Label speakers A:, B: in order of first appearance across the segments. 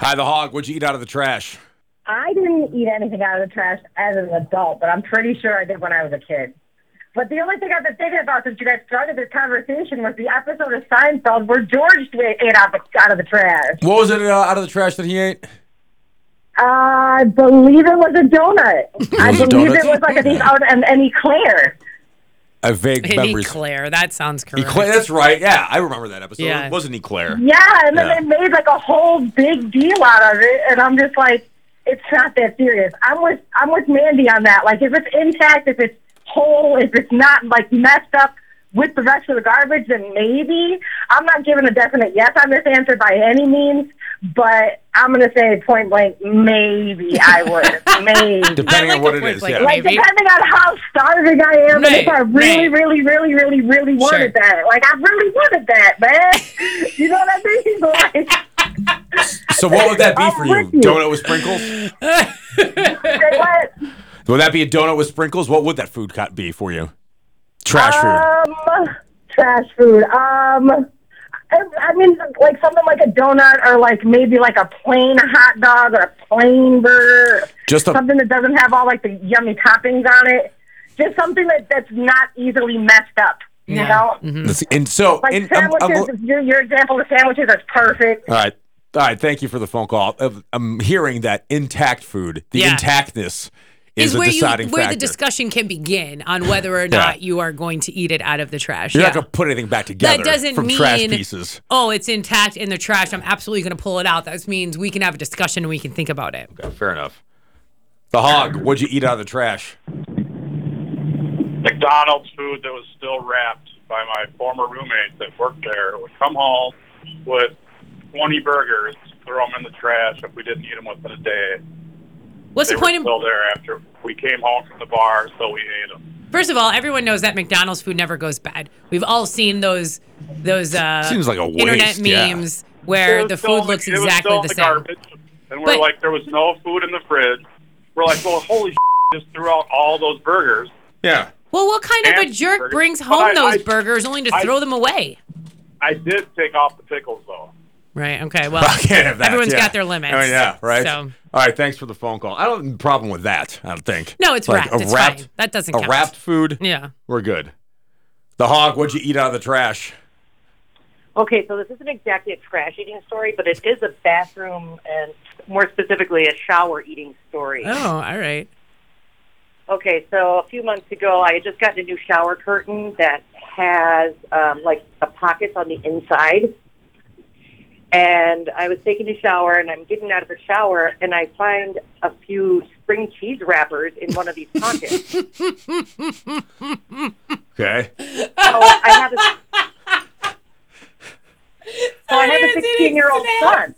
A: Hi, the hog. What'd you eat out of the trash?
B: I didn't eat anything out of the trash as an adult, but I'm pretty sure I did when I was a kid. But the only thing I've been thinking about since you guys started this conversation was the episode of Seinfeld where George ate out of the, out of the trash.
A: What was it uh, out of the trash that he ate?
B: I believe it was a donut. I
A: was a
B: believe
A: donut?
B: it was like a these out and an eclair.
A: A vague
C: Eclair.
A: memories.
C: Claire. That sounds correct.
A: Eclair, That's right. Yeah, I remember that episode.
C: Yeah.
A: It wasn't Eclair.
B: Yeah, and then
A: Yeah.
B: they made like a whole big deal out of it, and I'm just like, it's not that serious. I'm with I'm with Mandy on that. Like, if it's intact, if it's whole, if it's not like messed up with the rest of the garbage, then maybe I'm not giving a definite yes on this answer by any means. But I'm gonna say point blank, maybe I would, maybe.
A: Depending
C: I
A: on
C: like
A: what
C: the
A: it
C: point
A: is.
C: blank.
A: Yeah.
C: Like-
B: Like
C: Maybe.
B: depending on how starving I am, and
C: Right,
B: if I really,
C: right.
B: really, really, really, really wanted
C: Sure.
B: that, like I really wanted that, man. you know what I mean? Like,
A: So what would that be
B: I'm
A: for you?
B: with you.
A: Donut with sprinkles?
B: say what?
A: Would that be a donut with sprinkles? What would that food cut be for you? Trash food.
B: Um, trash food. Um, I, I mean, like something like a donut, or like maybe like a plain hot dog or a plain burger,
A: Just a
B: something that doesn't have all like the yummy toppings on it. Just something that that's not easily messed up. You
C: Yeah. Mm-hmm.
B: know,
A: Let's see. And so,
B: like
A: and um, I'm- I'm-
B: sandwiches. your, your example of sandwiches is perfect.
A: all right, all right. Thank you for the phone call. Uh, I'm hearing that intact food, the
C: Yeah.
A: intactness, is,
C: is where
A: a
C: you
A: deciding
C: where
A: factor.
C: the discussion can begin on whether or not you are going to eat it out of the trash.
A: You're
C: yeah.
A: not gonna put anything back together
C: that doesn't
A: from
C: mean
A: trash pieces.
C: Oh, it's intact in the trash. I'm absolutely going to pull it out. That means we can have a discussion and we can think about it.
A: Okay, fair enough. The hog. What'd you eat out of the trash?
D: McDonald's food that was still wrapped by my former roommate that worked there would come home with 20 burgers, throw them in the trash if we didn't eat them within a day.
C: What's
D: They
C: the
D: were
C: point of
D: still there after we came home from the bar, so we ate them.
C: First of all, everyone knows that McDonald's food never goes bad. We've all seen those those uh,
A: Seems like a
C: internet
A: waste, yeah.
C: memes where the food looks
D: it
C: exactly
D: was still in
C: the
D: the
C: same.
D: Garbage, and we're
C: But-
D: like, there was no food in the fridge. We're like, well, holy just threw out all those burgers.
A: Yeah.
C: Well, what kind of a
D: And
C: jerk
D: burgers.
C: brings
D: But
C: home
D: I-
C: those
D: I-
C: burgers only to
D: I-
C: throw them away?
D: I did take off the pickles, though.
C: Right. Okay. Well,
A: I can't have that.
C: Everyone's
A: yeah.
C: got their limits.
A: Oh, yeah. Right.
C: So
A: All right. Thanks for the phone call. I don't have a problem with that. I don't think.
C: no, it's
A: Like,
C: wrapped.
A: A
C: it's
A: wrapped,
C: fine. That doesn't
A: a
C: count.
A: wrapped food.
C: Yeah.
A: We're good. The hog. What'd you eat out of the trash?
E: Okay, so this isn't exactly a trash eating story, but it is a bathroom and more specifically a shower eating story.
C: Oh, all right.
E: Okay, so a few months ago, I had just gotten a new shower curtain that has um, like a pocket on the inside. And I was taking a shower and I'm getting out of the shower and I find a few spring cheese wrappers in one of these pockets. so
A: Okay.
E: I have a. So I have a 16 year old son.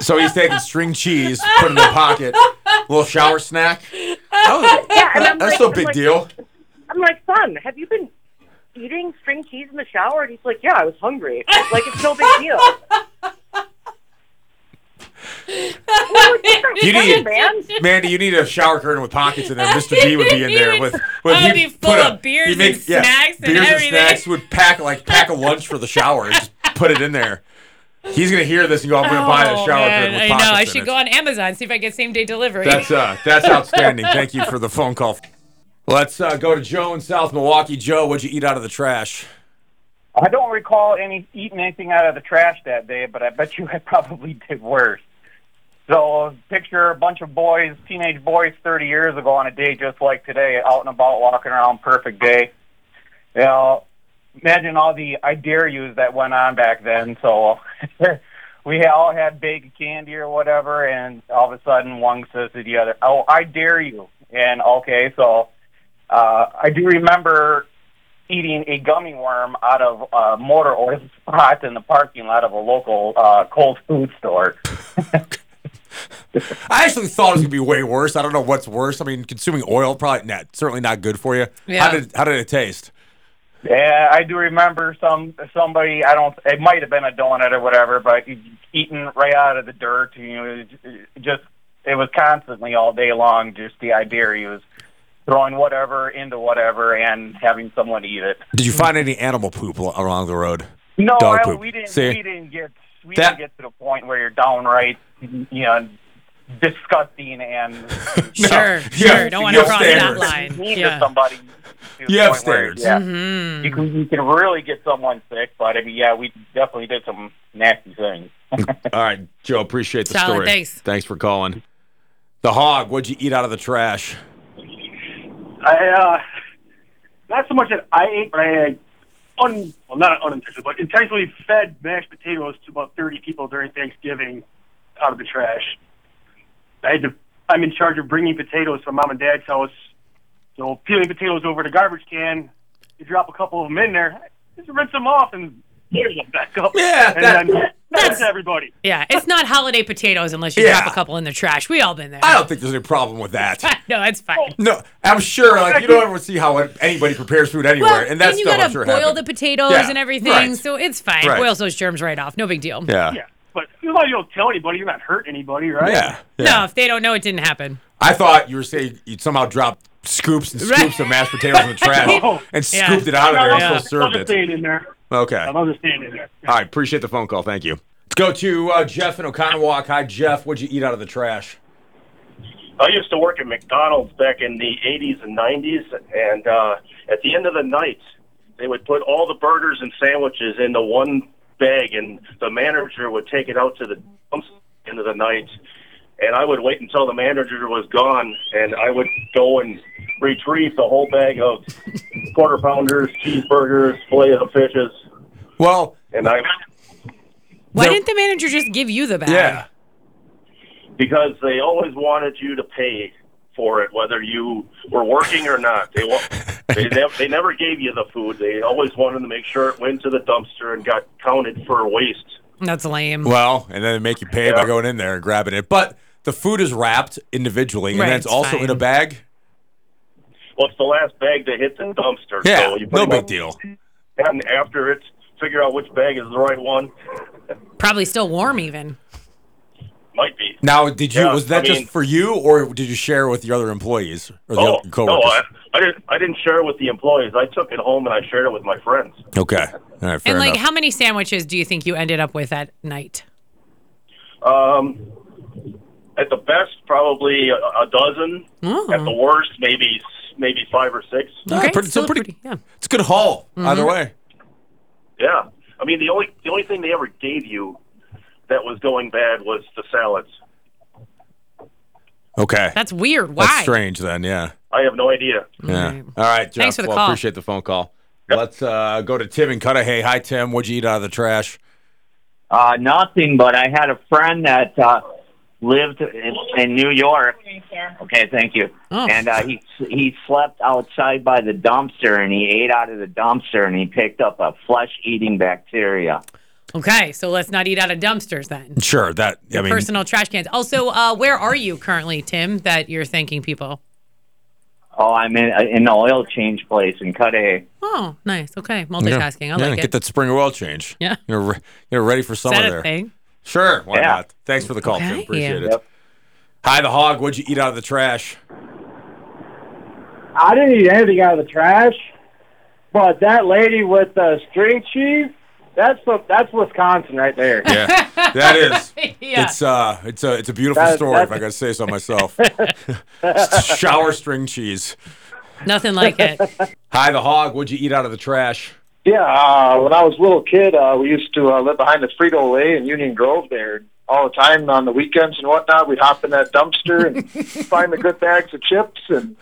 A: So he's taking string cheese, put it in the pocket, little shower snack. That was-
E: Yeah, and I'm
A: that's
E: like,
A: no
E: I'm
A: big
E: like,
A: deal.
E: I'm like, son, have you been eating string cheese in the shower? And he's like, yeah, I was hungry. Like, it's no big deal.
A: You need,
E: man.
A: Mandy, you need a shower curtain with pockets in there. Mr. G would be in there with. with
C: I'd be
A: he'd
C: full
A: put
C: of
A: a-
C: beers
A: he'd make-
C: and snacks and
A: beers
C: everything.
A: and snacks would pack like pack a lunch for the shower and just put it in there. He's gonna hear this and go, "I'm gonna buy a
C: Oh,
A: shower
C: man,
A: curtain with
C: I
A: pockets
C: know. I
A: in
C: should
A: it."
C: go on Amazon see if I get same day delivery.
A: That's uh, that's outstanding. Thank you for the phone call. Let's uh, go to Joe in South Milwaukee. Joe, what'd you eat out of the trash?
F: I don't recall any eating anything out of the trash that day, but I bet you I probably did worse. So picture a bunch of boys, teenage boys, thirty years ago on a day just like today, out and about, walking around, perfect day. You know, imagine all the I dare yous that went on back then. So we all had baked candy or whatever, and all of a sudden one says to the other, "Oh, I dare you!" And okay, so uh, I do remember eating a gummy worm out of a motor oil spot in the parking lot of a local uh, cold food store.
A: I actually thought it was gonna be way worse. I don't know what's worse. I mean, consuming oil probably not certainly not good for you.
C: Yeah.
A: How did how did it taste?
F: Yeah, I do remember some somebody. I don't. It might have been a donut or whatever, but eating right out of the dirt. You know, it just it was constantly all day long. Just the idea he was throwing whatever into whatever and having someone eat it.
A: Did you find any animal poop al- along the road?
F: No,
A: Dog
F: I,
A: poop.
F: we didn't.
A: See?
F: We didn't get. We
A: That-
F: didn't get to the point where you're downright you know, disgusting and
C: Sure, sure. Don't want to
A: you have
C: cross that
A: standards.
C: line.
F: mean to
C: Yeah. Mm-hmm.
F: somebody. to the
A: You have
F: point where,
A: standards.
F: Yeah, you, can, you can really get someone sick, but I mean, yeah, we definitely did some nasty things.
A: All right, Joe, appreciate the
C: Solid,
A: story.
C: thanks.
A: Thanks for calling. The hog, what'd you eat out of the trash?
G: I, uh, not so much that I ate, but I, uh, un, well, not unintentionally, but intentionally fed mashed potatoes to about 30 people during Thanksgiving out of the trash. I had to, I'm in charge of bringing potatoes from mom and dad's house. So peeling potatoes over the garbage can, you drop a couple of them in there, just rinse them off and there's them back up.
A: Yeah,
G: and
A: that-
G: then that's everybody.
C: Yeah, it's not holiday potatoes unless you
A: Yeah. Oh.
C: drop a couple in the trash. We all been there.
A: I don't think there's any problem with that.
C: no, it's fine.
A: No, I'm sure. Like you don't ever see how anybody prepares food anywhere,
C: Well,
A: and that
C: you
A: stuff
C: gotta
A: I'm sure
C: boil
A: happened.
C: the potatoes
A: Yeah,
C: and everything,
A: right.
C: so it's fine.
A: Right.
C: Boils those germs right off. No big deal.
A: yeah.
G: Yeah. But you know, you don't tell anybody, you're not hurt anybody, right?
A: yeah, yeah.
C: No, if they don't know, it didn't happen.
A: I thought you were saying you'd somehow dropped scoops and
C: Right.
A: scoops of mashed potatoes in the trash
G: Oh.
A: and
C: Yeah.
A: scooped it out of there and
C: Yeah.
A: still served
G: I'm
A: it.
G: just staying in there.
A: Okay.
G: I'm
A: All
G: just staying in there.
A: right. Appreciate the phone call. Thank you. Let's go to uh, Jeff in Oconomowoc. Hi, Jeff. What'd you eat out of the trash?
H: I used to work at McDonald's back in the 80s and 90s, and uh, at the end of the night, they would put all the burgers and sandwiches into one bag, and the manager would take it out to the dumps at the end of the night. And I would wait until the manager was gone, and I would go and retrieve the whole bag of quarter pounders, cheeseburgers, fillet of fishes,
A: Well,
H: and I
C: Why
A: No.
C: didn't the manager just give you the bag?
A: yeah.
H: because they always wanted you to pay for it, whether you were working or not. They wa- they, ne- they never gave you the food. They always wanted to make sure it went to the dumpster and got counted for waste.
C: That's lame.
A: Well, and then they make you pay by
H: Yeah.
A: going in there and grabbing it. But the food is wrapped individually, and
C: Right,
A: then it's
C: it's
A: also in
C: fine.
A: a bag.
H: Well, it's the last bag to hit the dumpster.
A: Yeah,
H: so you
A: no
H: pretty
A: big
H: much-
A: deal.
H: And after it, figure out which bag is the right one.
C: Probably still warm even.
H: Might be.
A: Now, did you
H: Yeah,
A: was that
H: I
A: just
H: mean-
A: for you, or did you share with your other employees or the
H: Oh
A: other
H: no,
A: coworkers?
H: I, I didn't. I didn't share it with the employees. I took it home and I shared it with my friends.
A: okay, all right, fair
C: and like,
A: enough.
C: how many sandwiches do you think you ended up with that night?
H: Um, at the best, probably a, a dozen.
C: Oh.
H: At the worst, maybe maybe five or six.
A: Yeah,
C: Okay,
A: pretty- so
C: still
A: pretty-
C: yeah.
A: it's a good haul
C: Mm-hmm.
A: either way.
H: Yeah, I mean the only the only thing they ever gave you that was going bad was the salads.
A: Okay,
C: That's weird. Why?
A: That's strange then. Yeah,
H: I have no idea.
A: yeah.
C: Right.
A: All right, Jeff.
C: Thanks for the
A: well,
C: call.
A: Appreciate the phone call. Let's uh, go to Tim and Cudahy. Hi, Tim. What'd you eat out of the trash?
F: Uh, nothing, but I had a friend that uh, lived in, in New York. Okay, thank you.
C: Oh.
F: And uh, he he slept outside by the dumpster, and he ate out of the dumpster, and he picked up a flesh-eating bacteria.
C: Okay, so let's not eat out of dumpsters then.
A: Sure, that I mean,
C: Personal trash cans. Also, uh, where are you currently, Tim? That you're thanking people.
F: Oh, I'm in in the oil change place in Cudahy.
C: Oh, nice. Okay,
A: yeah.
C: multitasking. I
A: Yeah,
C: like
A: Get
C: it.
A: that spring oil change.
C: Yeah.
A: you're re- you're ready for
C: Is
A: summer
C: that a
A: there.
C: thing?
A: Sure, why
F: Yeah.
A: not? Thanks for the call, Tim.
C: Okay.
A: Appreciate it.
F: Yep.
A: Hi, the hog. What'd you eat out of the trash?
G: I didn't eat anything out of the trash, but that lady with the string cheese, that's the, that's Wisconsin right there.
A: Yeah, that is.
C: yeah.
A: It's uh, it's a it's a beautiful
G: That-
A: story. If
G: that's-
A: I gotta say so myself. Shower string cheese.
C: Nothing like it.
A: Hi, the hog. What'd you eat out of the trash?
G: Yeah, uh, when I was a little kid, uh, we used to uh, live behind the Frito Lay in Union Grove there. All the time on the weekends and whatnot, we'd hop in that dumpster and find the good bags of chips and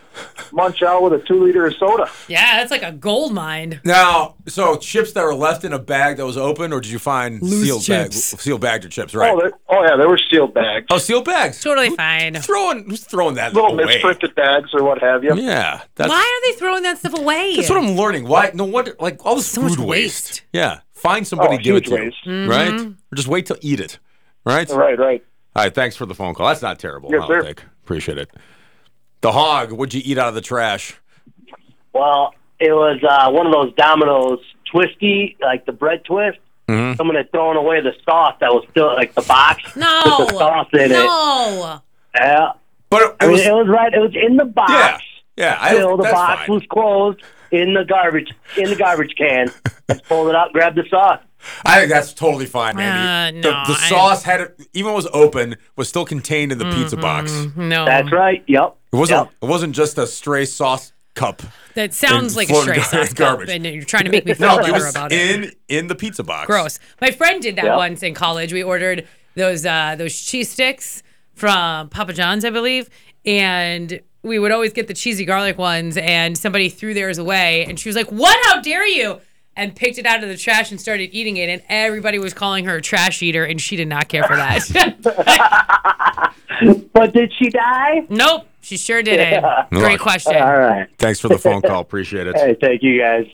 G: munch out with a two liter of soda.
C: Yeah, that's like a gold mine.
A: Now, so chips that were left in a bag that was open, or did you find
C: Loose
A: sealed
C: chips.
A: bags? Sealed bagged chips, right?
G: Oh,
A: Oh,
G: they, oh yeah, they were sealed bags,
A: sealed bags.
C: Totally fine.
A: Throwing, who's throwing that
G: little
A: away?
G: misprinted bags or what have you.
A: Yeah, that's
C: Why are they throwing that stuff away?
A: that's what I'm learning. Why? No wonder, like all this
C: So
A: food
C: much
A: waste.
C: waste. Mm-hmm.
A: Yeah, find somebody
G: Oh,
A: to give it
G: huge
A: to,
G: waste.
A: right? Or just wait till eat it, right?
G: Right, right.
A: All right, thanks for the phone call. That's not terrible.
G: Yes,
A: I don't
G: sir.
A: think. Appreciate it. The hog, what'd you eat out of the trash?
H: Well, it was uh, one of those Domino's twisty, like the bread twist.
I: Mm-hmm.
H: Someone had thrown away the sauce that was still like the box.
C: No.
H: With the sauce in it.
C: no.
H: Yeah,
A: But it,
H: I mean,
A: was,
H: it was right. It was in the box.
A: yeah, yeah. I,
H: Still, the
A: that's
H: box
A: fine.
H: was closed in the garbage in the garbage can. Let's pull it out, grab the sauce.
A: I think that's totally fine, Andy.
C: Uh,
A: the,
C: no,
A: the
C: I-
A: sauce had it, even when it was open, was still contained in the pizza
C: Mm-hmm.
A: box. It
C: No,
I: That's right. Yep.
A: wasn't.
I: Yep.
A: It wasn't just a stray sauce cup.
C: that
A: and
C: sounds like a
A: floating
C: stray
A: gar-
C: sauce cup,
A: garbage.
C: and you're trying to make me feel
A: No, it
C: better
A: was
C: about it.
A: in in the pizza box.
C: Gross. My friend did that
I: Yeah.
C: once in college. We ordered those uh, those cheese sticks from Papa John's, I believe, and we would always get the cheesy garlic ones. And somebody threw theirs away, and she was like, "What? How dare you!" And picked it out of the trash and started eating it. And everybody was calling her a trash eater, and she did not care for that.
I: But did she die?
C: nope, she sure didn't. Great question.
I: All right.
A: Thanks for the phone call. Appreciate it.
I: Hey, thank you guys.